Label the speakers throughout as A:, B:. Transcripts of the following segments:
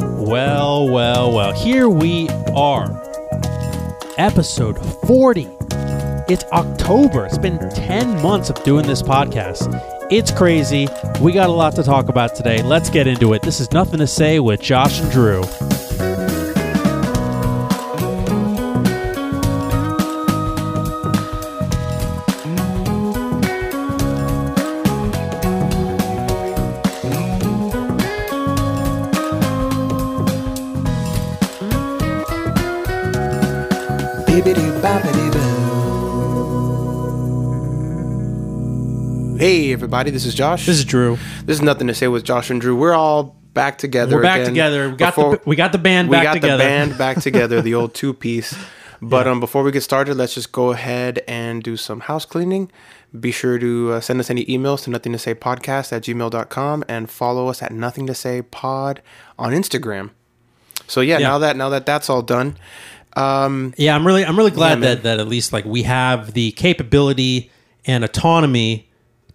A: Well, well, well. Here we are. Episode 40. It's October. It's been 10 months of doing this podcast. It's crazy. We got a lot to talk about today. Let's get into it. This is Nothing to Say with Josh and Drew.
B: Hey everybody, this is Josh.
A: This is Drew.
B: This is nothing to say with Josh and Drew. We're all back together.
A: We're back
B: again.
A: together. We got,
B: Before-
A: the, we got the band
B: we
A: back
B: got
A: together.
B: the band back together, the old two piece. But um, before we get started, let's just go ahead and do some house cleaning. Be sure to uh, send us any emails to nothing to say podcast at gmail.com and follow us at nothing to say pod on Instagram. So yeah,
A: Yeah.
B: now that now that that's all done, um,
A: Yeah, I'm really I'm really glad
B: man.
A: that that at least like we have the capability and autonomy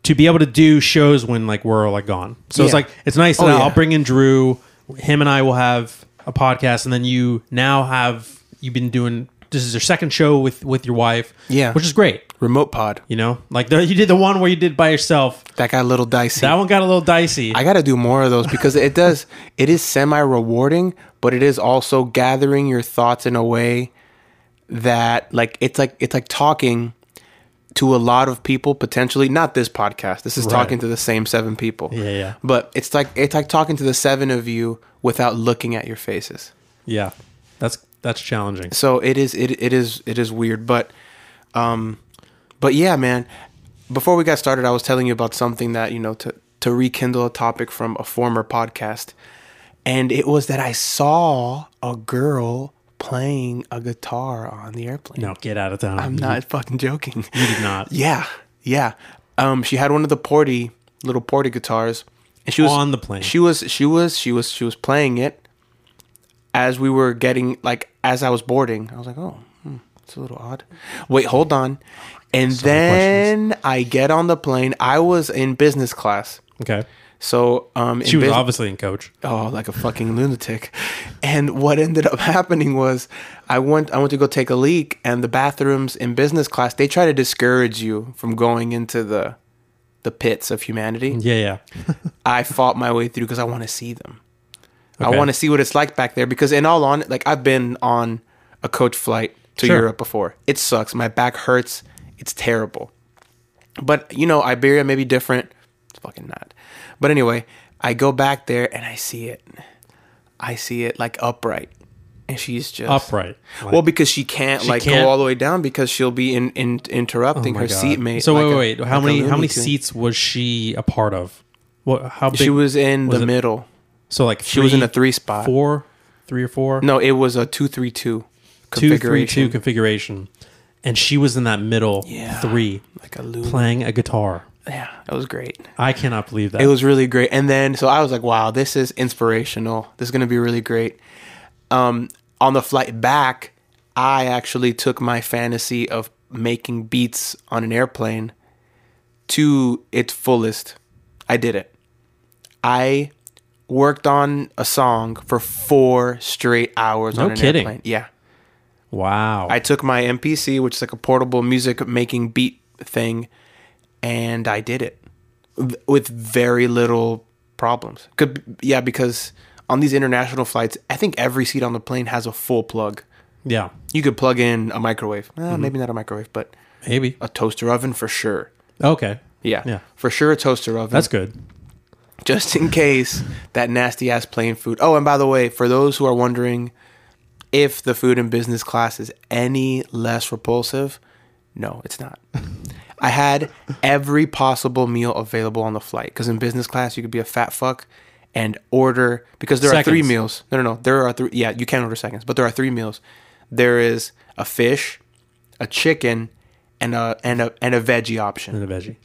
A: to be able to do shows when like we're like gone. So it's
B: Yeah.
A: like it's nice that
B: Oh, yeah.
A: I'll bring in Drew, him and I will have a podcast and then you now have you've been doing this is your second show with with your wife.
B: Yeah.
A: Which is great.
B: remote pod
A: You know? Like the, you did the one where you did by yourself.
B: that got a little dicey.
A: That one got a little dicey.
B: I got to do more of those because it does. It is semi rewarding, but it is also gathering your thoughts in a way that, like, it's like it's like talking to a lot of people potentially. Not this podcast. This is
A: Right.
B: talking to the same seven people.
A: Yeah, yeah.
B: But it's like it's like talking to the seven of you without looking at your faces.
A: yeah. That's that's challenging.
B: So it is it, it is it is weird, but um but yeah, man. Before we got started, I was telling you about something that, you know, to to rekindle a topic from a former podcast. And it was that I saw a girl playing a guitar on the airplane.
A: No, get out of town.
B: I'm not fucking joking.
A: you did not.
B: Yeah. Yeah. Um she had one of the Porty little Porty guitars and she was
A: On the plane.
B: She was she was she was she was playing it as we were getting like as I was boarding. I was like, "Oh, hmm, it's a little odd." Wait, hold on. And then I get on the plane. I was in business class.
A: Okay.
B: So, um in
A: She was
B: bus-
A: obviously in coach.
B: oh like a fucking lunatic and what ended up happening was i went i went to go take a leak and the bathrooms in business class they try to discourage you from going into the the pits of humanity
A: Yeah, yeah.
B: i fought my way through because i want to see them
A: Okay.
B: i want to see what it's like back there because in all on like i've been on a coach flight to
A: Sure.
B: europe before it sucks my back hurts it's terrible but you know iberia may be different it's fucking not but anyway i go back there and i see it i see it like upright and she's just
A: upright.
B: well because she can't like
A: can't- Oh
B: go all the way down because she'll be in, in interrupting her seatmate
A: So
B: like
A: wait,
B: a-
A: wait, wait. How
B: like a
A: many how
B: Looney
A: many
B: Tune.
A: seats was she a part of? What? How big?
B: she was in
A: was
B: the
A: it-
B: middle
A: so like
B: she was in a three spot
A: four, three or four,
B: No, it was a two three two
A: two,
B: configuration.
A: three, two configuration, and she was in that middle
B: Yeah.
A: three
B: Like a loop.
A: playing a guitar.
B: Yeah, that was great.
A: I cannot believe that.
B: It was really great. And then so I was like, wow, this is inspirational. This is gonna be really great. Um, on the flight back, I actually took my fantasy of making beats on an airplane to its fullest. I did it. I worked on a song for four straight hours on an
A: kidding.
B: airplane. Yeah.
A: wow.
B: I took my MPC, which is like a portable music making beat thing, and I did it v- with very little problems. Could yeah, because on these international flights, I think every seat on the plane has a full plug.
A: yeah,
B: You could plug in a microwave, Eh, maybe not a microwave, but
A: maybe.
B: a toaster oven for sure.
A: Okay,
B: Yeah,
A: Yeah.
B: for sure a toaster oven.
A: that's good.
B: just in case that nasty ass plane food. Oh, and by the way, for those who are wondering if the food in business class is any less repulsive, no, it's not. I had every possible meal available on the flight because in business class you could be a fat fuck and order because there are three
A: Seconds.
B: meals. No, no, no. There are three. Yeah, you can order seconds, but there are three meals. There is a fish, a chicken, and a and a and a veggie option.
A: And a veggie.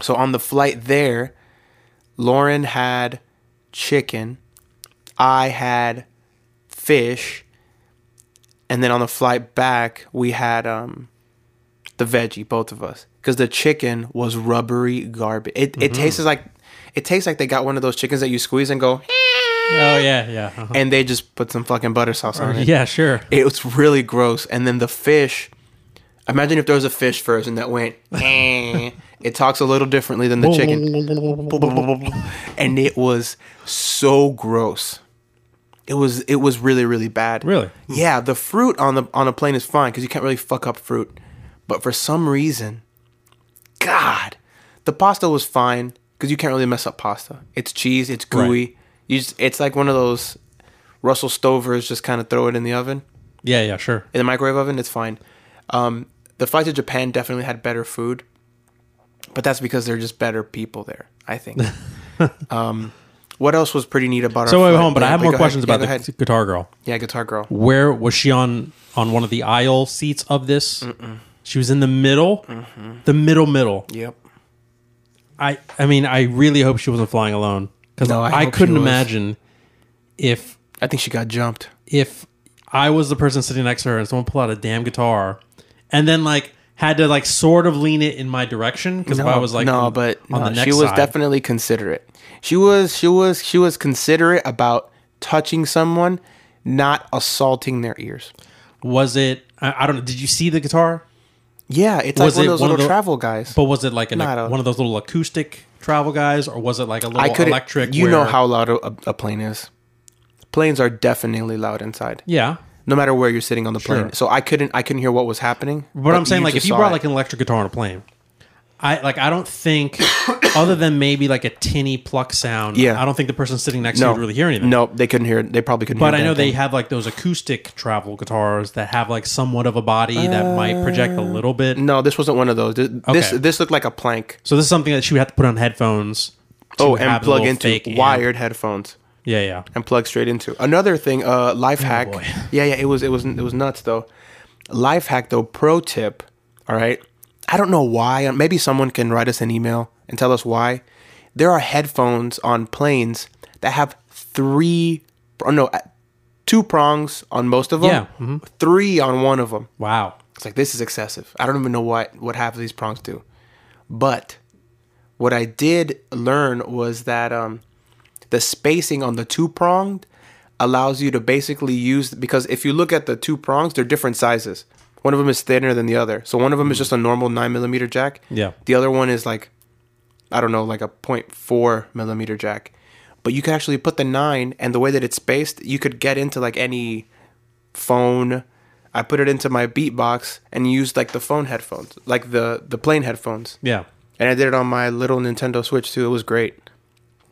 B: So on the flight there, Lauren had chicken, I had fish, and then on the flight back we had um the veggie, both of us, because the chicken was rubbery garbage. It it tastes like it tastes like they got one of those chickens that you squeeze and go. "Eh,"
A: Oh yeah, yeah. Uh-huh.
B: and they just put some fucking butter sauce on it.
A: Yeah, sure.
B: It was really gross. And then the fish. Imagine if there was a fish version that went. eh. It talks a little differently than the chicken. and it was so gross. It was it was really really bad.
A: Really?
B: Yeah, the fruit on the on a plane is fine because you can't really fuck up fruit, but for some reason, God, the pasta was fine because you can't really mess up pasta. It's cheese. It's gooey. You just, it's like one of those Russell Stovers. Just kind of throw it in the oven
A: Yeah, yeah, sure.
B: in the microwave oven. It's fine. Um, the flight to Japan definitely had better food, but that's because they're just better people there. I think. um, what else was pretty neat about
A: So
B: our
A: wait,
B: flight?
A: hold on, but I
B: Yeah,
A: have more
B: go ahead.
A: questions
B: Yeah,
A: about
B: go
A: the
B: ahead.
A: guitar girl.
B: yeah guitar girl.
A: Where was she on on one of the aisle seats of this? She was in the middle, the middle, middle.
B: Yep.
A: I I mean, I really hope she wasn't flying alone because
B: No, I
A: I,
B: hope she
A: couldn't
B: was.
A: imagine if
B: I think she got jumped.
A: if I was the person sitting next to her and someone pulled out a damn guitar and then like had to like sort of lean it in my direction because if I was like
B: no,
A: on-
B: but
A: on
B: no,
A: the next
B: she was
A: side.
B: definitely considerate. She was she was she was considerate about touching someone, not assaulting their ears.
A: was it I, I don't know did you see the guitar
B: Yeah, it's
A: Was
B: like one
A: it
B: of those
A: one of
B: little
A: the-
B: travel guys.
A: but was it like an,
B: Not a-
A: one of those little acoustic travel guys or was it like a little
B: I could
A: electric
B: You know
A: where-
B: how loud a, a plane is. Planes are definitely loud inside,
A: yeah
B: no matter where you're sitting on the
A: Sure.
B: plane. So I couldn't I couldn't hear what was happening.
A: But, I'm saying, like, if
B: just
A: you
B: saw
A: brought
B: it.
A: like an electric guitar on a plane, I like I don't think, other than maybe like a tinny pluck sound.
B: Yeah.
A: I don't think the person sitting next to you
B: no,
A: would really hear anything.
B: No, they couldn't hear. it. They probably couldn't.
A: but I
B: hear a
A: know
B: damn
A: they
B: thing.
A: have like those acoustic travel guitars that have like somewhat of a body that might project a little bit.
B: No, this wasn't one of those. This this,
A: Okay.
B: this looked like a plank.
A: So this is something that she would have to put on headphones. to
B: Oh,
A: have
B: and
A: the
B: plug
A: little
B: into
A: fake amp.
B: wired headphones.
A: Yeah, yeah.
B: and plug straight into. Another thing, uh, life hack.
A: Oh, boy.
B: Yeah, yeah, it was it was it was nuts though. Life hack though, pro tip. All right, I don't know why. Maybe someone can write us an email and tell us why. There are headphones on planes that have three, or no, two prongs on most of them.
A: Yeah, mm-hmm.
B: three on one of them.
A: Wow.
B: It's like this is excessive. I don't even know what what half of these prongs do. But what I did learn was that um, the spacing on the two pronged allows you to basically use because if you look at the two prongs, they're different sizes. One of them is thinner than the other, so one of them is just a normal nine millimeter jack.
A: Yeah.
B: The other one is like, I don't know, like a 0.4 millimeter jack. But you could actually put the nine, and the way that it's spaced, you could get into like any phone. I put it into my beatbox and used like the phone headphones, like the the plane headphones.
A: Yeah.
B: And I did it on my little Nintendo Switch too. It was great.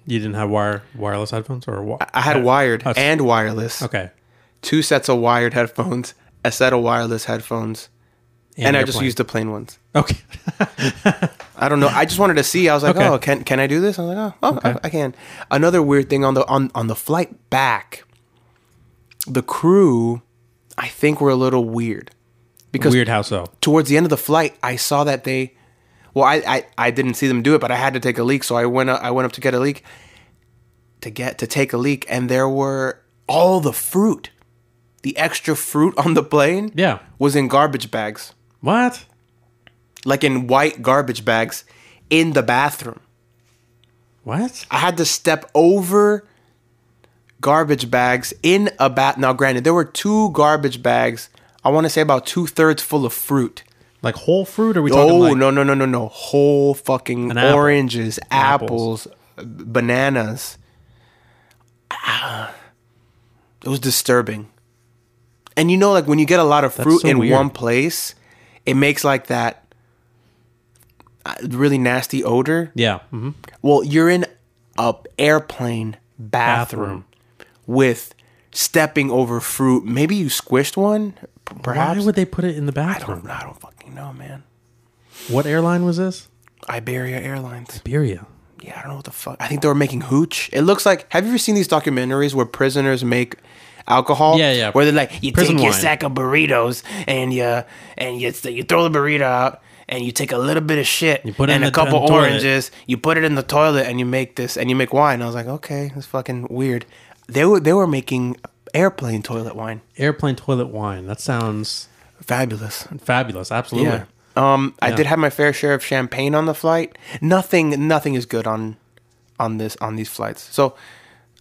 A: You didn't have wire wireless headphones or what?
B: I had wired
A: that's-
B: and wireless.
A: okay.
B: Two sets of wired headphones, a set of wireless headphones, and, I
A: your
B: just
A: plane.
B: used the plain ones.
A: okay.
B: I don't know. I just wanted to see. I was like,
A: Okay.
B: oh, can can I do this? I was like, oh, oh I, I can. Another weird thing on the on on the flight back, the crew, I think were a little weird because
A: Weird how so?
B: towards the end of the flight, I saw that they, well, I, I, I didn't see them do it, but I had to take a leak, so I went up, I went up to get a leak, to get to take a leak, and there were all the fruit, the extra fruit on the plane,
A: Yeah.
B: was in garbage bags,
A: What?
B: like in white garbage bags, in the bathroom.
A: What?
B: I had to step over garbage bags in a bat. Now, granted, there were two garbage bags. I want to say about two thirds full of fruit.
A: Like whole fruit? Or are we talking
B: Oh
A: like
B: no no no no no! Whole fucking
A: An apple.
B: oranges,
A: Apples.
B: apples, b- bananas. Ah, It was disturbing. And you know, like when you get a lot of fruit
A: so
B: in
A: weird.
B: one place, it makes like that uh, really nasty odor.
A: Yeah. Mm-hmm.
B: Well, you're in a airplane bathroom, with stepping over fruit. Maybe you squished one, p- perhaps.
A: Why would they put it in the
B: I don't,
A: bathroom?
B: I don't fucking know, man.
A: What airline was this?
B: Iberia Airlines.
A: Iberia.
B: Yeah, I don't know what the fuck. I think they were making hooch. It looks like. Have you ever seen these documentaries where prisoners make alcohol?
A: Yeah, yeah.
B: Where they're like, you
A: Prison
B: take your
A: wine.
B: sack of burritos and you and you you throw the burrito out and you take a little bit of shit
A: put it in
B: and a
A: the-
B: couple
A: in the toilet.
B: oranges. You put it in the toilet and you make this and you make wine. I was like, okay, that's fucking weird. They were they were making airplane toilet wine.
A: Airplane toilet wine. That sounds
B: Fabulous.
A: fabulous. Absolutely.
B: Yeah. Um, I did have my fair share of champagne on the flight. Nothing, nothing is good on, on this on these flights. So,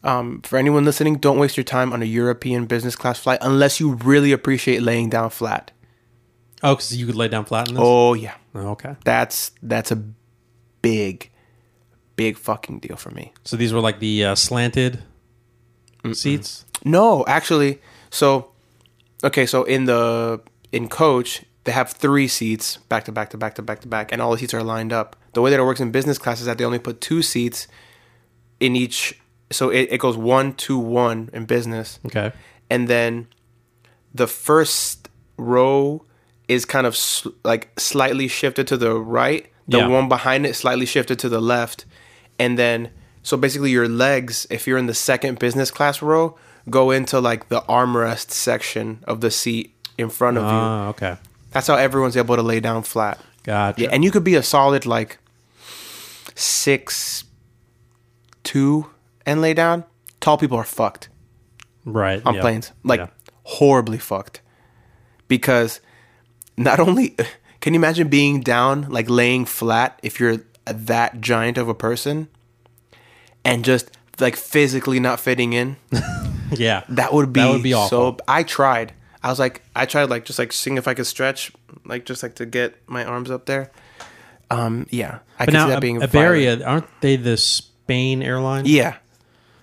B: Um, for anyone listening, don't waste your time on a European business class flight unless you really appreciate laying down flat.
A: Oh, because you could lay down flat in this.
B: Oh yeah,
A: Okay.
B: that's that's a big, big fucking deal for me.
A: So these were like the uh, slanted seats.
B: No, actually, so okay, so in the in coach they have three seats back to back to back to back to back, and all the seats are lined up. The way that it works in business class is that they only put two seats in each, so it, it goes one two one in business,
A: Okay.
B: and then the first row is kind of s like slightly shifted to the right. The
A: Yeah.
B: one behind it slightly shifted to the left, and then so basically your legs, if you're in the second business class row, go into like the armrest section of the seat in front of you.
A: Ah, okay.
B: That's how everyone's able to lay down flat.
A: Gotcha.
B: Yeah, and you could be a solid like six two and lay down. Tall people are fucked
A: right.
B: on
A: yeah.
B: planes, like
A: Yeah.
B: horribly fucked. Because not only can you imagine being down, like laying flat, if you're that giant of a person, and just like physically not fitting in,
A: Yeah.
B: that would be
A: That would be awful.
B: so. I tried. I was like, I tried like just like seeing if I could stretch, like just like to get my arms up there. Um, yeah, I
A: But
B: could see
A: now,
B: that being violent.
A: Iberia, aren't they the Spain airline?
B: Yeah,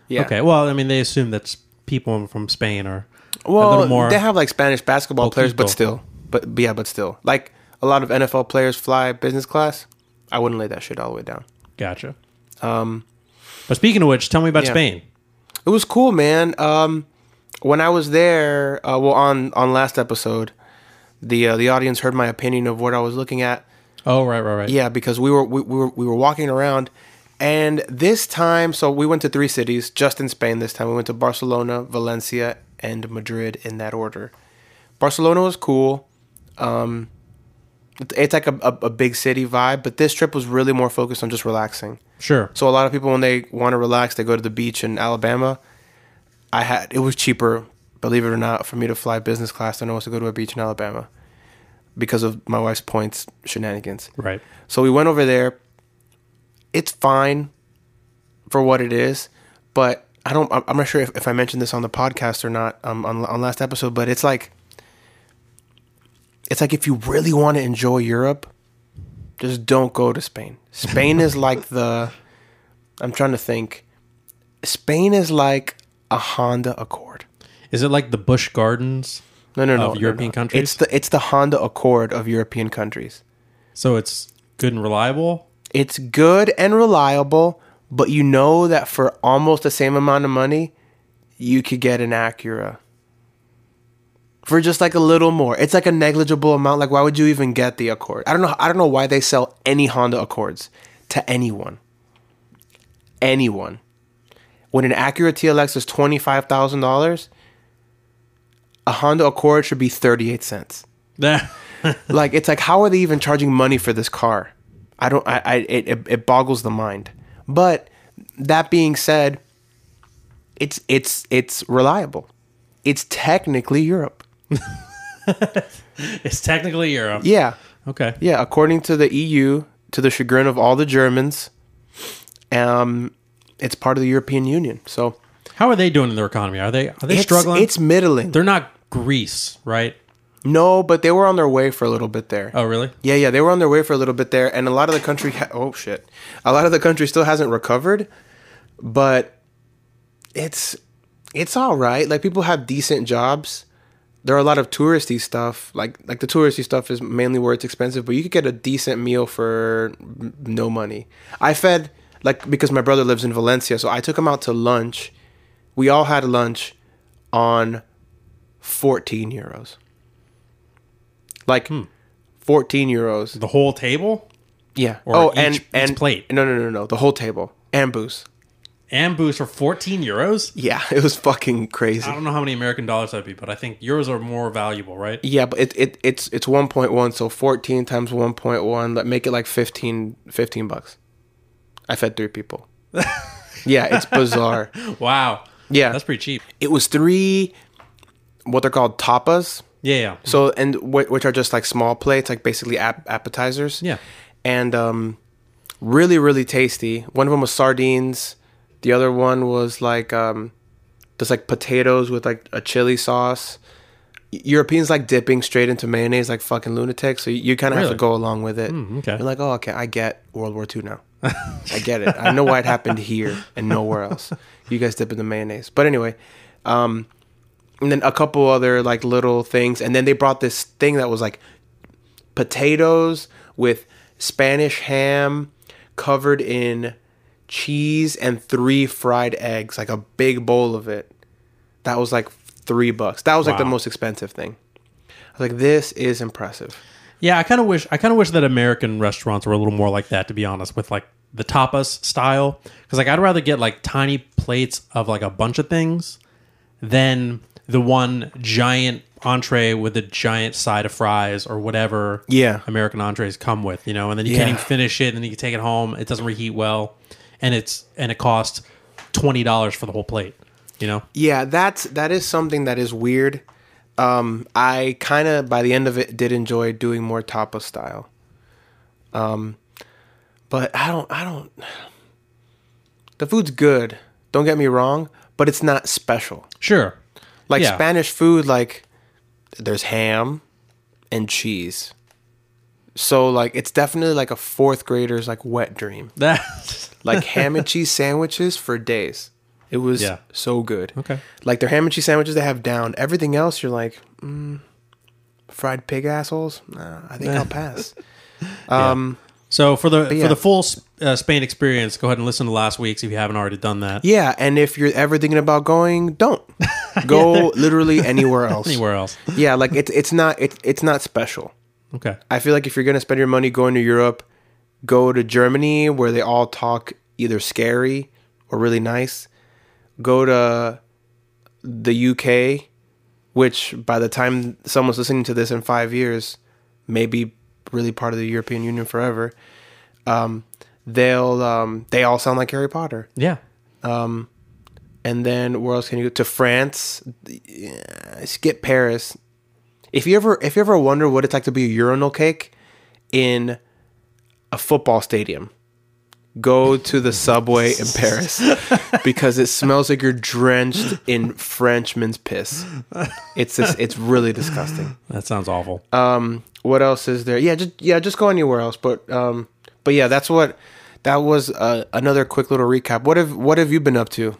B: yeah.
A: Okay. Well, I mean, they assume that s- people from Spain are a
B: Well,
A: little more.
B: they have like Spanish basketball players,
A: Poquito.
B: but still, but but yeah, but still, like a lot of NFL players fly business class. I wouldn't lay that shit all the way down.
A: gotcha. Um, but speaking of which, tell me about
B: yeah.
A: Spain.
B: It was cool, man. Um, when I was there, uh, well, on on last episode, the uh, the audience heard my opinion of what I was looking at.
A: Oh, right, right, right.
B: Yeah, because we were we, we were we were walking around, and this time, so we went to three cities just in Spain. This time, we went to Barcelona, Valencia, and Madrid in that order. Barcelona was cool. Um, it- it's like a, a, a big city vibe, but this trip was really more focused on just relaxing.
A: Sure.
B: So a lot of people, when they want to relax, they go to the beach in Alabama. I had it was cheaper, believe it or not, for me to fly business class than it was to go to a beach in Alabama because of my wife's points shenanigans.
A: Right.
B: So we went over there. It's fine for what it is, but I don't. I'm I'm not sure if, if I mentioned this on the podcast or not um, on on last episode, but it's like it's like if you really want to enjoy Europe, just don't go to Spain. Spain is like the. I'm trying to think. Spain is like a Honda Accord.
A: Is it like the Bush Gardens?
B: No, no, no.
A: Of
B: no,
A: European
B: no.
A: countries?
B: It's the it's the Honda Accord of European countries.
A: So it's good and reliable.
B: It's good and reliable, but you know that for almost the same amount of money, you could get an Acura. For just like a little more. It's like a negligible amount. Like why would you even get the Accord? I don't know I don't know why they sell any Honda Accords to anyone. Anyone. When an Acura TLX is $25,000, a Honda Accord should be 38 cents like it's like how are they even charging money for this car i don't i, I it, it- it boggles the mind but that being said it's it's it's reliable it's technically europe
A: it's technically Europe.
B: yeah
A: Okay.
B: yeah according to the eu to the chagrin of all the germans um it's part of the european union so
A: How are they doing in their economy? Are they are they
B: it's,
A: struggling?
B: it's middling
A: They're not Greece, right?
B: no but they were on their way for a little bit there
A: Oh, really?
B: Yeah, yeah, they were on their way for a little bit there, and a lot of the country. Ha- oh shit, a lot of the country still hasn't recovered, but it's it's all right. Like people have decent jobs. There are a lot of touristy stuff. Like like the touristy stuff is mainly where it's expensive, but you could get a decent meal for n- no money. I fed like because my brother lives in Valencia, so I took him out to lunch. We all had lunch on fourteen euros. Like.
A: Hmm.
B: 14 euros
A: The whole table
B: yeah.
A: Or
B: oh,
A: each-
B: and
A: each
B: and
A: plate?
B: No, no, no, no. The whole table and booze.
A: and booze for fourteen euros.
B: Yeah, it was fucking crazy.
A: I don't know how many American dollars that'd be, but I think euros are more valuable, right?
B: Yeah, but it, it it's it's one point one, so fourteen times one point one. Let make it like 15, 15 bucks. I fed three people. yeah, it's bizarre.
A: Wow.
B: Yeah,
A: That's pretty cheap.
B: it was three, what they're called tapas.
A: Yeah, yeah.
B: So and wh- which are just like small plates, like basically ap- appetizers.
A: Yeah.
B: and um, really really tasty. One of them was sardines, The other one was like um, just like potatoes with like a chili sauce. E- Europeans like dipping straight into mayonnaise like fucking lunatics, so you, kind of have
A: Really? Mm-hmm.
B: to go along with it.
A: okay.
B: You're like, oh, okay, I get World War II now. I get it. I know why it happened here and nowhere else. You guys dip into mayonnaise, but anyway, um, and then a couple other like little things, and then they brought this thing that was like potatoes with Spanish ham covered in cheese and three fried eggs, like a big bowl of it. That was like three bucks. That was like the
A: Wow.
B: most expensive thing. I was like, this is impressive.
A: Yeah, I kind of wish I kind of wish that American restaurants were a little more like that. To be honest, with like the tapas style, because like I'd rather get like tiny plates of like a bunch of things than the one giant entree with a giant side of fries or whatever.
B: Yeah.
A: American entrees come with you know, and then you can't
B: Yeah.
A: even finish it, and then you can take it home. It doesn't reheat well, and it's and it costs twenty dollars for the whole plate. You know,
B: Yeah, that's that is something that is weird. Um, I kind of by the end of it did enjoy doing more tapas style. Um, but I don't, I don't. The food's good. Don't get me wrong, but it's not special.
A: sure.
B: Like
A: Yeah.
B: Spanish food, like there's ham and cheese. So like it's definitely like a fourth grader's like wet dream.
A: That
B: Like ham and cheese sandwiches for days. It was
A: Yeah.
B: so good.
A: okay.
B: Like their ham and cheese sandwiches they have down. Everything else, you're like, mm, fried pig assholes. Nah, I think I'll pass. Um,
A: So for the
B: yeah.
A: for the full uh, Spain experience, go ahead and listen to last week's if you haven't already done that.
B: yeah. and if you're ever thinking about going, don't go literally anywhere else.
A: Anywhere else?
B: Yeah, like it's it's not it's it's not special.
A: Okay.
B: I feel like if you're gonna spend your money going to Europe, go to Germany where they all talk either scary or really nice. Go to the UK, which by the time someone's listening to this in five years, may be really part of the European Union forever. Um, they'll um, they all sound like Harry Potter.
A: Yeah.
B: And then where else can you go? To France, yeah, skip Paris. If you ever if you ever wonder what it's like to be a urinal cake in a football stadium, go to the subway in Paris because it smells like you're drenched in Frenchman's piss. It's just, it's really disgusting.
A: That sounds awful.
B: Um, what else is there? Yeah, just yeah, just go anywhere else. But um, but yeah, that's what that was uh, another quick little recap. What have what have you been up to?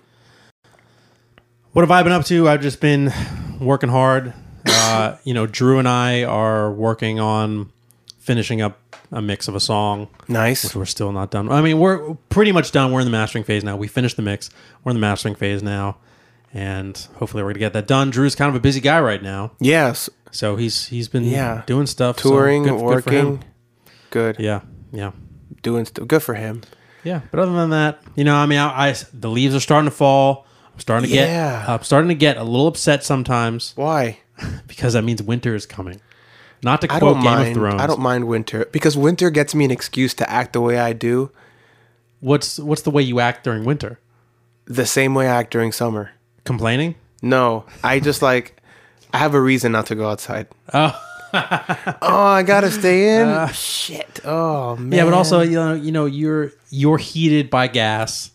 A: what have I been up to? I've just been working hard. Uh, you know, Drew and I are working on finishing up a mix of a song.
B: Nice.
A: which we're still not done. I mean, we're pretty much done. We're in the mastering phase now. We finished the mix. We're in the mastering phase now, and hopefully, we're gonna get that done. Drew's kind of a busy guy right now,
B: Yes,
A: so he's he's been
B: Yeah.
A: doing stuff, so
B: touring,
A: good- good for him.
B: working, good,
A: yeah, yeah.
B: doing stuff. Good for him.
A: Yeah, but other than that, you know, I mean, I, I the leaves are starting to fall. I'm starting to get,
B: Yeah.
A: I'm starting to get a little upset sometimes
B: Why?
A: because that means winter is coming. Not to
B: I
A: quote
B: don't
A: Game of
B: mind.
A: Thrones.
B: I don't mind winter because winter gets me an excuse to act the way I do,
A: What's what's the way you act during winter?
B: the same way I act during summer.
A: Complaining?
B: No, I just like I have a reason not to go outside.
A: Oh. Uh.
B: oh, I gotta stay in. Shit. Oh man.
A: Yeah, but also you know, you know, you're you're heated by gas,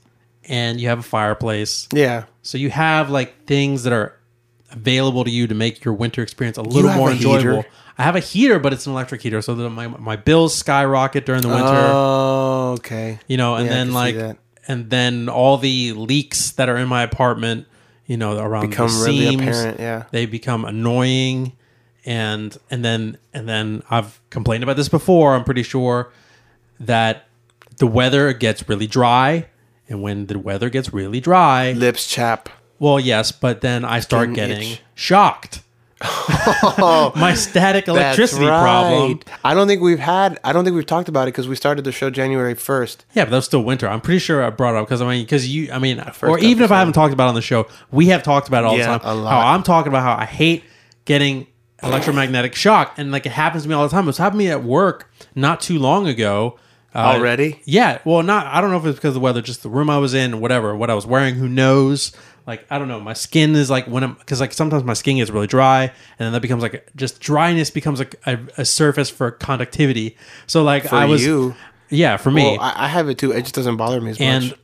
A: and you have a fireplace,
B: yeah.
A: so you have like things that are available to you to make your winter experience a little
B: have
A: more
B: a
A: enjoyable.
B: heater?
A: I have a heater, but it's an electric heater, so that my my bills skyrocket during the winter.
B: Oh, okay.
A: you know, and
B: Yeah, I
A: then
B: can see
A: like,
B: that.
A: and then all the leaks that are in my apartment, you know, around
B: Become
A: the
B: really
A: seams,
B: apparent, yeah.
A: they become annoying, and and then and then I've complained about this before. I'm pretty sure that the weather gets really dry, and when the weather gets really dry,
B: Lips chap.
A: well, yes, but then I start
B: Skin
A: getting
B: itch.
A: shocked. my static electricity problem.
B: I don't think we've had. I don't think we've talked about it because we started the show January first.
A: Yeah, but that was still winter. I'm pretty sure I brought it up because I mean, because you, I mean, or
B: first
A: even if I haven't talked about it on the show, we have talked about it all
B: Yeah,
A: the time.
B: a lot.
A: How I'm talking about how I hate getting electromagnetic shock, and like it happens to me all the time. It was happening to me at work not too long ago. Uh,
B: Already?
A: Yeah. Well, not. I don't know if it's because of the weather, just the room I was in, whatever, what I was wearing. Who knows? Like I don't know. My skin is like when I'm because like sometimes my skin gets really dry, and then that becomes like just dryness becomes like a, a surface for conductivity. So like I was.
B: you.
A: Yeah, for me.
B: Well, I, I have it too. It just doesn't bother me as
A: And
B: much.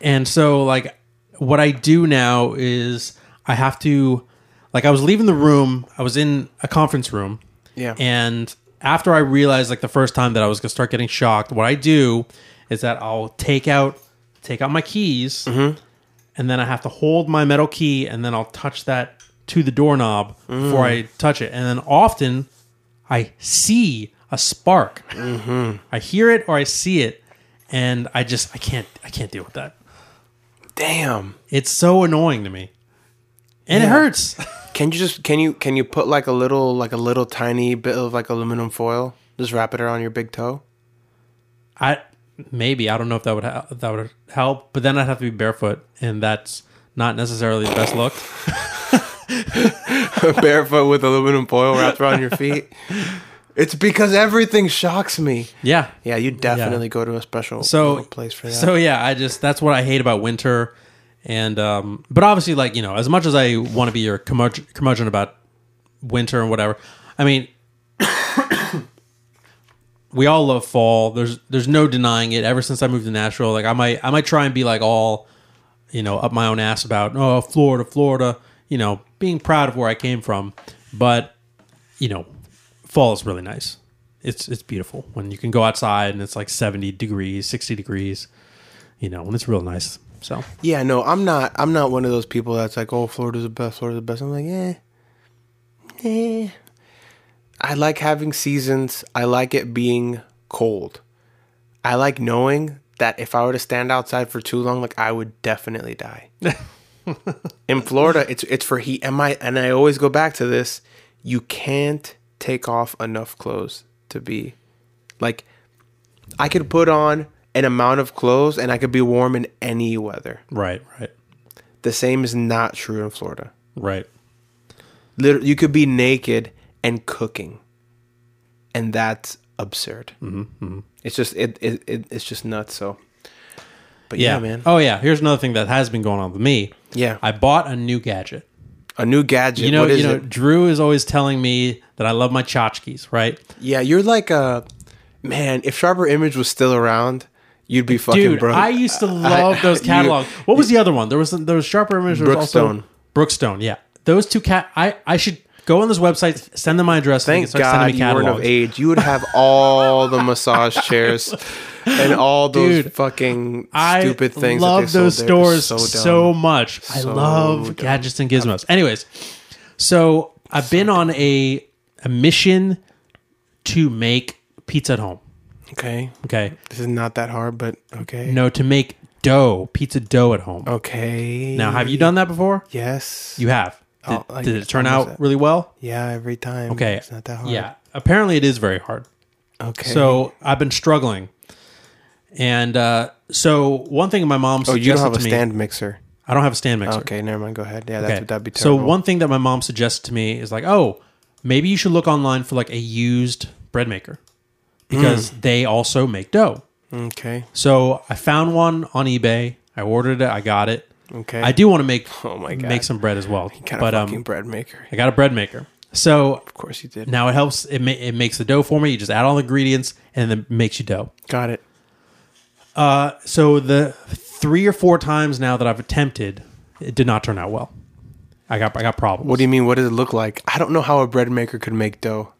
A: And so like what I do now is I have to like I was leaving the room, I was in a conference room.
B: Yeah.
A: And after I realized like the first time that I was going to start getting shocked, what I do is that I'll take out take out my keys and then I have to hold my metal key and then I'll touch that to the doorknob before I touch it. And then often I see a spark. I hear it or I see it and I just I can't I can't deal with that.
B: Damn.
A: It's so annoying to me. And it hurts.
B: Can you just can you can you put like a little like a little tiny bit of like aluminum foil? Just wrap it around your big toe.
A: I maybe I don't know if that would ha- that would help, but then I'd have to be barefoot and that's not necessarily the best look.
B: Barefoot with aluminum foil wrapped around your feet. It's because everything shocks me.
A: Yeah.
B: Yeah, you definitely go to a special
A: So
B: little place for that.
A: So yeah, I just that's what I hate about winter and um but obviously like, you know, as much as I want to be your curmudge- curmudgeon about winter and whatever. I mean, we all love fall. There's there's no denying it. Ever since I moved to Nashville, like I might I might try and be like all, you know, up my own ass about oh Florida, Florida, you know, being proud of where I came from, but you know, fall is really nice. It's it's beautiful when you can go outside and it's like 70 degrees, 60 degrees, you know, and it's real nice. So
B: yeah, no, I'm not. I'm not one of those people that's like, oh, Florida's the best. Florida's the best. I'm like, eh, eh. I like having seasons. I like it being cold. I like knowing that if I were to stand outside for too long, like I would definitely die. In Florida, it's it's for heat. And my and I always go back to this. You can't take off enough clothes to be like I could put on an amount of clothes and I could be warm in any weather.
A: right, right,
B: The same is not true in Florida.
A: right.
B: Literally, you could be naked and cooking, and that's absurd. Mm-hmm, It's just it, it, it it's just nuts. So, but yeah, man,
A: Oh yeah. Here's another thing that has been going on with me.
B: yeah,
A: I bought a new gadget.
B: a new gadget.
A: You know,
B: what is
A: you know,
B: it?
A: Drew is always telling me that I love my tchotchkes, right?
B: Yeah, you're like a man. If Sharper Image was still around, you'd be fucking
A: Dude,
B: broke.
A: I used to love
B: I-
A: those
B: you-
A: catalogs. what was the other one? There was there was Sharper Image. There was also
B: Brookstone.
A: Brookstone. Yeah, those two cat. I I should go on those websites, send them my address. so they
B: Thank
A: can start
B: God
A: sending me
B: you weren't of
A: catalogs.
B: age. You would have all the massage chairs and all those
A: Dude,
B: fucking
A: I
B: stupid things. that
A: love
B: they sold
A: those
B: there.
A: stores so,
B: It's
A: much. I
B: So
A: love
B: dumb.
A: gadgets and gizmos. Anyways, so I've been on a a mission to make pizza at home.
B: Okay,
A: Okay,
B: this is not that hard, but okay.
A: no, to make dough, pizza dough at
B: Oh,
A: home.
B: Okay.
A: Now, have you done that before?
B: Yes.
A: You have. Did,
B: Oh, I-
A: did
B: I
A: it turn
B: miss
A: out
B: it.
A: really well?
B: yeah, every time.
A: Okay.
B: It's not that hard.
A: Yeah. Apparently, it is very hard.
B: Okay.
A: So I've been struggling, and uh, so one thing my mom
B: oh,
A: suggested
B: you don't have a
A: to me.
B: stand mixer.
A: I don't have a stand mixer.
B: Okay, never mind. Go ahead. Yeah,
A: Okay.
B: that that'd be
A: so
B: terrible.
A: one thing that my mom suggested to me is like, oh, maybe you should look online for like a used bread maker because
B: Mm.
A: they also make dough.
B: Okay.
A: So I found one on eBay. I ordered it. I got it.
B: Okay.
A: I do want to make
B: Oh my God.
A: make some bread as well,
B: Kind
A: but
B: of fucking
A: um,
B: bread maker.
A: I got a bread maker. So
B: Of course you did.
A: now it helps. It ma- it makes the dough for me. You just add all the ingredients and then it makes you dough.
B: Got it.
A: So the three or four times now that I've attempted, it did not turn out well. I got I got problems.
B: What do you mean? What does it look like? I don't know how a bread maker could make dough.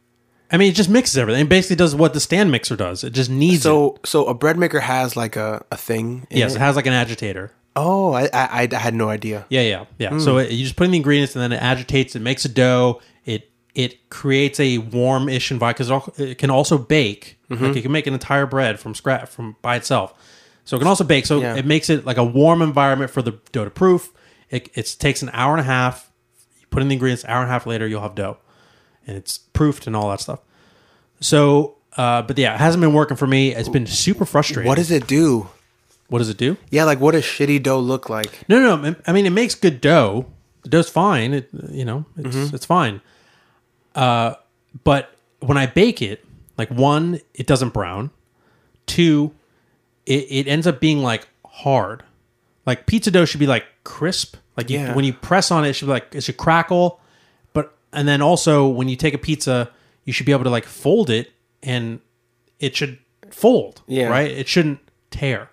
A: I mean, it just mixes everything. It basically does what the stand mixer does. It just needs it.
B: So so a bread maker has like a, a thing. in
A: Yes,
B: it?
A: it has like an agitator.
B: Oh, I, I I had no idea.
A: Yeah, yeah, yeah.
B: Hmm.
A: So it, you just put in the ingredients, and then it agitates. It makes a dough. It it creates a warm-ish environment because it can also bake.
B: Mm-hmm.
A: Like you can make an entire bread from scratch from by itself. So it can also bake. So
B: Yeah.
A: it makes it like a warm environment for the dough to proof. It it takes an hour and a half. You put in the ingredients. Hour and a half later, you'll have dough, and it's proofed and all that stuff. So. Uh, but yeah, it hasn't been working for me. It's been super frustrating.
B: What does it do?
A: What does it do?
B: Yeah, like what does shitty dough look like?
A: No, no. no, I mean, it makes good dough. The dough's fine. It, you know, it's it's fine. Uh, but when I bake it, like one, it doesn't brown. Two, it, it ends up being like hard. Like pizza dough should be like crisp. Like you,
B: Yeah.
A: when you press on it, it should be like it should crackle. But and then also when you take a pizza, you should be able to like fold it and it should fold.
B: Yeah.
A: Right. It shouldn't tear.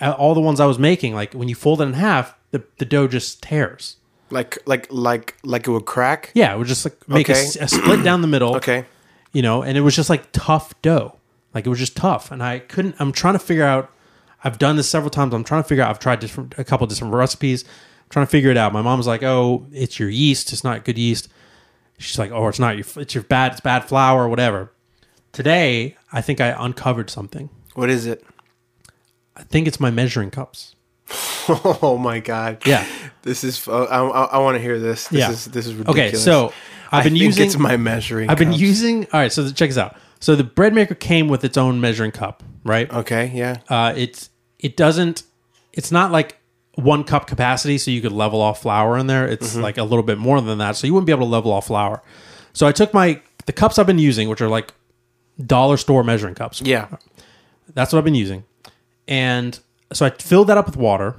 A: uh, all the ones I was making, like when you fold it in half, the, the dough just tears.
B: Like like like like it would crack.
A: Yeah, it would just like make a
B: Okay.
A: s- a, split down the middle.
B: Okay.
A: You know, and it was just like tough dough. Like it was just tough. And I couldn't, I'm trying to figure out, I've done this several times. I'm trying to figure out, I've tried different, a couple different recipes, trying to figure it out. My mom's like, oh, it's your yeast. It's not good yeast. She's like, oh, it's not your, it's your bad, it's bad flour or whatever. Today, I think I uncovered something.
B: What is it?
A: I think it's my measuring cups.
B: Oh my god.
A: Yeah.
B: This is. Uh, I, I, I want to hear this. This
A: Yeah.
B: is this is
A: Okay,
B: ridiculous.
A: so I've been
B: I think
A: using
B: it's my measuring.
A: I've been
B: cups.
A: using all right. So the, check this out. So the bread maker came with its own measuring cup, right?
B: Okay. Yeah.
A: Uh, it's it doesn't. It's not like one cup capacity, so you could level off flour in there. It's like a little bit more than that, so you wouldn't be able to level off flour. So I took my the cups I've been using, which are like dollar store measuring cups.
B: yeah.
A: That's what I've been using. And so I filled that up with water.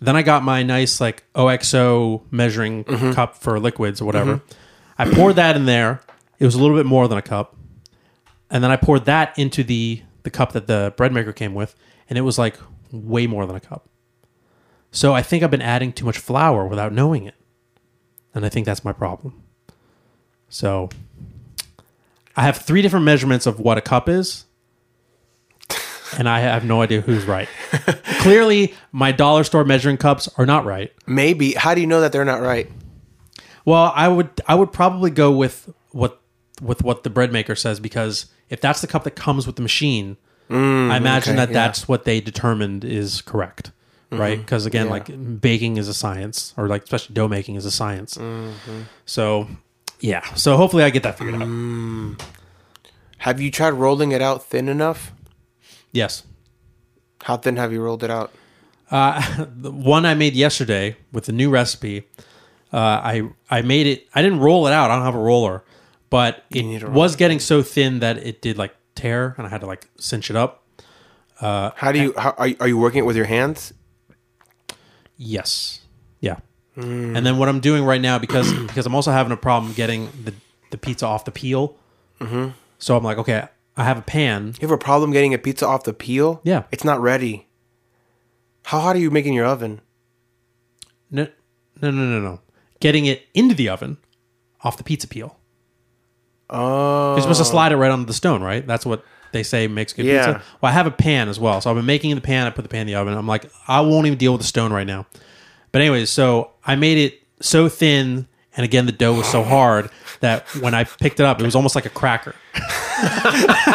A: Then I got my nice like OXO measuring cup for liquids or whatever. I poured that in there. It was a little bit more than a cup. And then I poured that into the the cup that the bread maker came with, and it was like way more than a cup. So I think I've been adding too much flour without knowing it. And I think that's my problem. So I have three different measurements of what a cup is, and I have no idea who's right. Clearly, my dollar store measuring cups are not right.
B: Maybe. How do you know that they're not right?
A: Well, I would I would probably go with what with what the bread maker says because if that's the cup that comes with the machine, I imagine
B: Mm, okay,
A: that
B: yeah. Mm-hmm.
A: that's what they determined is correct, right? Because again, like baking is a science, or like especially dough making is a science.
B: Mm-hmm.
A: So, yeah. So hopefully, I get that figured
B: Mm.
A: out.
B: Have you tried rolling it out thin enough?
A: Yes.
B: How thin have you rolled it out?
A: the one I made yesterday with the new recipe, uh, I I made it. I didn't roll it out. I don't have a roller, but
B: need
A: it
B: a
A: was getting so thin that it did like tear, and I had to like cinch it up. Uh,
B: How do you? How, are, you- are you working it with your hands?
A: Yes. Yeah.
B: Mm.
A: And then what I'm doing right now because because I'm also having a problem getting the the pizza off the peel. Mm-hmm. So I'm like, okay, I have a pan.
B: You have a problem getting a pizza off the peel?
A: Yeah.
B: It's not ready. How hot are you making your oven?
A: No, no, no, no, no. Getting it into the oven off the pizza peel.
B: Oh.
A: You're supposed to slide it right onto the stone, right? That's what they say makes good
B: Yeah.
A: pizza. Well, I have a pan as well, so I've been making in the pan. I put the pan in the oven. I'm like, I won't even deal with the stone right now. But anyways, so I made it so thin, and again, the dough was so hard that when I picked it up, it was almost like a cracker.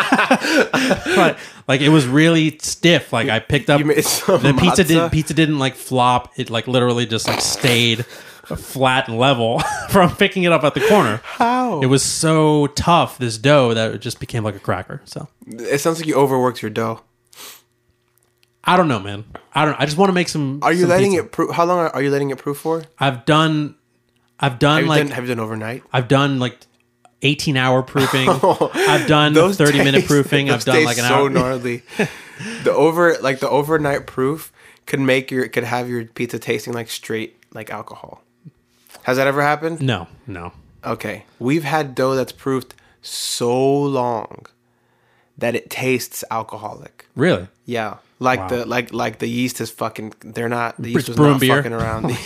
A: but like it was really stiff. Like I picked up
B: you made some
A: the pizza.
B: matzah?
A: Did pizza didn't like flop? It like literally just like stayed flat and level from picking it up at the corner.
B: How?
A: It was so tough, this dough, that it just became like a cracker. So
B: It sounds like you overworked your dough.
A: I don't know, man. I don't. I just want to make some.
B: Are you
A: some
B: letting
A: pizza.
B: it prove? How long are, are you letting it prove for?
A: I've done. I've done
B: Have you,
A: like
B: done, have you done overnight?
A: I've done like eighteen hour proofing. I've done
B: Those
A: thirty minute
B: days-
A: proofing. I've
B: those
A: done
B: days
A: like an
B: so
A: hour.
B: gnarly. the over like the overnight proof could make your could have your pizza tasting like straight like alcohol. Has that ever happened?
A: no, no.
B: Okay. We've had dough that's proofed so long that it tastes alcoholic.
A: Really?
B: Yeah. Like
A: Wow.
B: the like like the yeast is fucking they're not the
A: It's
B: yeast was
A: brewing
B: not
A: beer.
B: fucking around.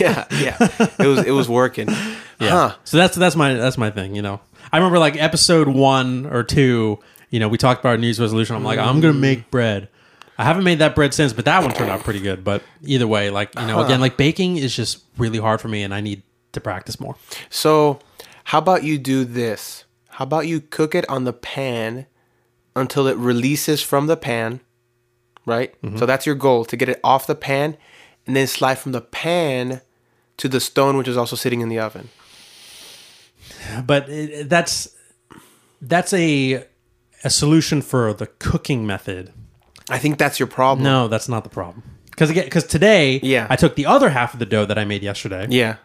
B: yeah, yeah. It was it was working.
A: Yeah.
B: Huh.
A: So that's that's my that's my thing. You know, I remember like episode one or two. You know, we talked about our news resolution. I'm like, I'm gonna make bread. I haven't made that bread since, but that one turned out pretty good. But either way, like you know, again, like baking is just really hard for me, and I need to practice more.
B: So, how about you do this? How about you cook it on the pan until it releases from the pan, right?
A: Mm-hmm.
B: So that's your goal to get it off the pan and then slide from the pan to the stone which is also sitting in the oven.
A: But it, that's that's a a solution for the cooking method.
B: I think that's your problem.
A: No, that's not the problem. Because again, because today,
B: Yeah.
A: I took the other half of the dough that I made yesterday,
B: Yeah.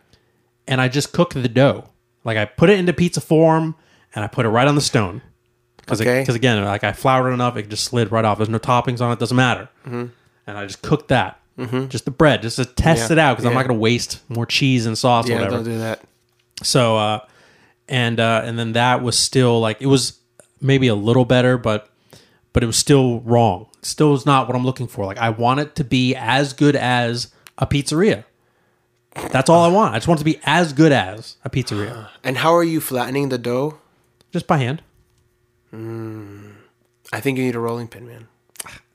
A: and I just cooked the dough. Like I put it into pizza form and I put it right on the stone. Because
B: Okay.
A: again, like I floured it enough, it just slid right off. There's no toppings on it, doesn't matter.
B: Mm-hmm.
A: And I just cooked that, just the bread, just to test
B: Yeah.
A: it out because I'm
B: Yeah.
A: not going to waste more cheese and sauce or
B: Yeah,
A: whatever.
B: don't do that.
A: So uh and uh and then that was still like it was maybe a little better, but but it was still wrong. Still is not what I'm looking for. Like I want it to be as good as a pizzeria. That's all I want. I just want it to be as good as a pizzeria,
B: And how are you flattening the dough?
A: just by hand.
B: I think you need a rolling pin, man.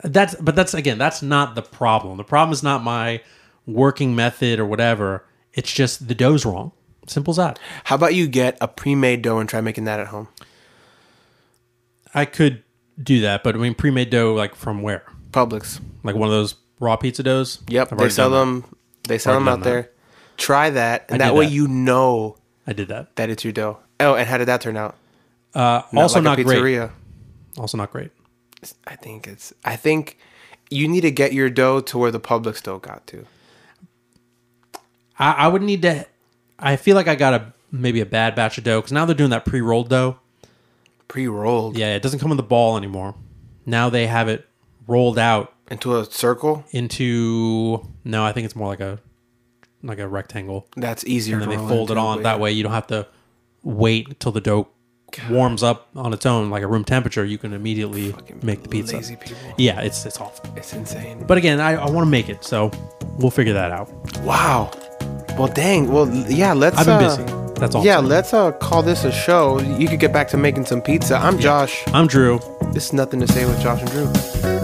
A: That's but that's again, that's not the problem. The problem is not my working method or whatever. It's just the dough's wrong. Simple as that.
B: How about you get a pre-made dough and try making that at home?
A: I could do that, but I mean pre-made dough like from where?
B: Publix.
A: Like one of those raw pizza doughs?
B: Yep,
A: I've
B: they
A: already
B: sell
A: done
B: them. They sell them
A: Already
B: out
A: done
B: there. Try that, and
A: I
B: that
A: did
B: way
A: that.
B: you know
A: that. I did that.
B: that it's your dough. Oh, and how did that turn out?
A: Uh, also
B: like
A: not
B: a
A: great.
B: pizzeria.
A: Also not great.
B: I think it's. I think you need to get your dough to where the Publix dough got to.
A: I, I would need to. I feel like I got a maybe a bad batch of dough because now they're doing that pre-rolled dough.
B: Pre-rolled
A: Yeah, it doesn't come in the ball anymore. Now they have it rolled out
B: into a circle.
A: into. No, I think it's more like a like a rectangle,
B: That's easier.
A: and
B: to
A: then they
B: roll
A: fold it
B: into,
A: on
B: but
A: that way. You don't have to wait till the dough warms up on its own, like a room temperature. You can immediately make the pizza.
B: Lazy people.
A: Yeah, it's it's awful.
B: It's insane.
A: But again, I, I want to make it, so we'll figure that out.
B: Wow. Well, dang. Well, yeah. Let's.
A: I've been
B: uh,
A: busy. That's all. I'm
B: Yeah,
A: saying.
B: let's uh, call this a show. You could get back to making some pizza. I'm Josh.
A: I'm Drew.
B: This is nothing to say with Josh and Drew.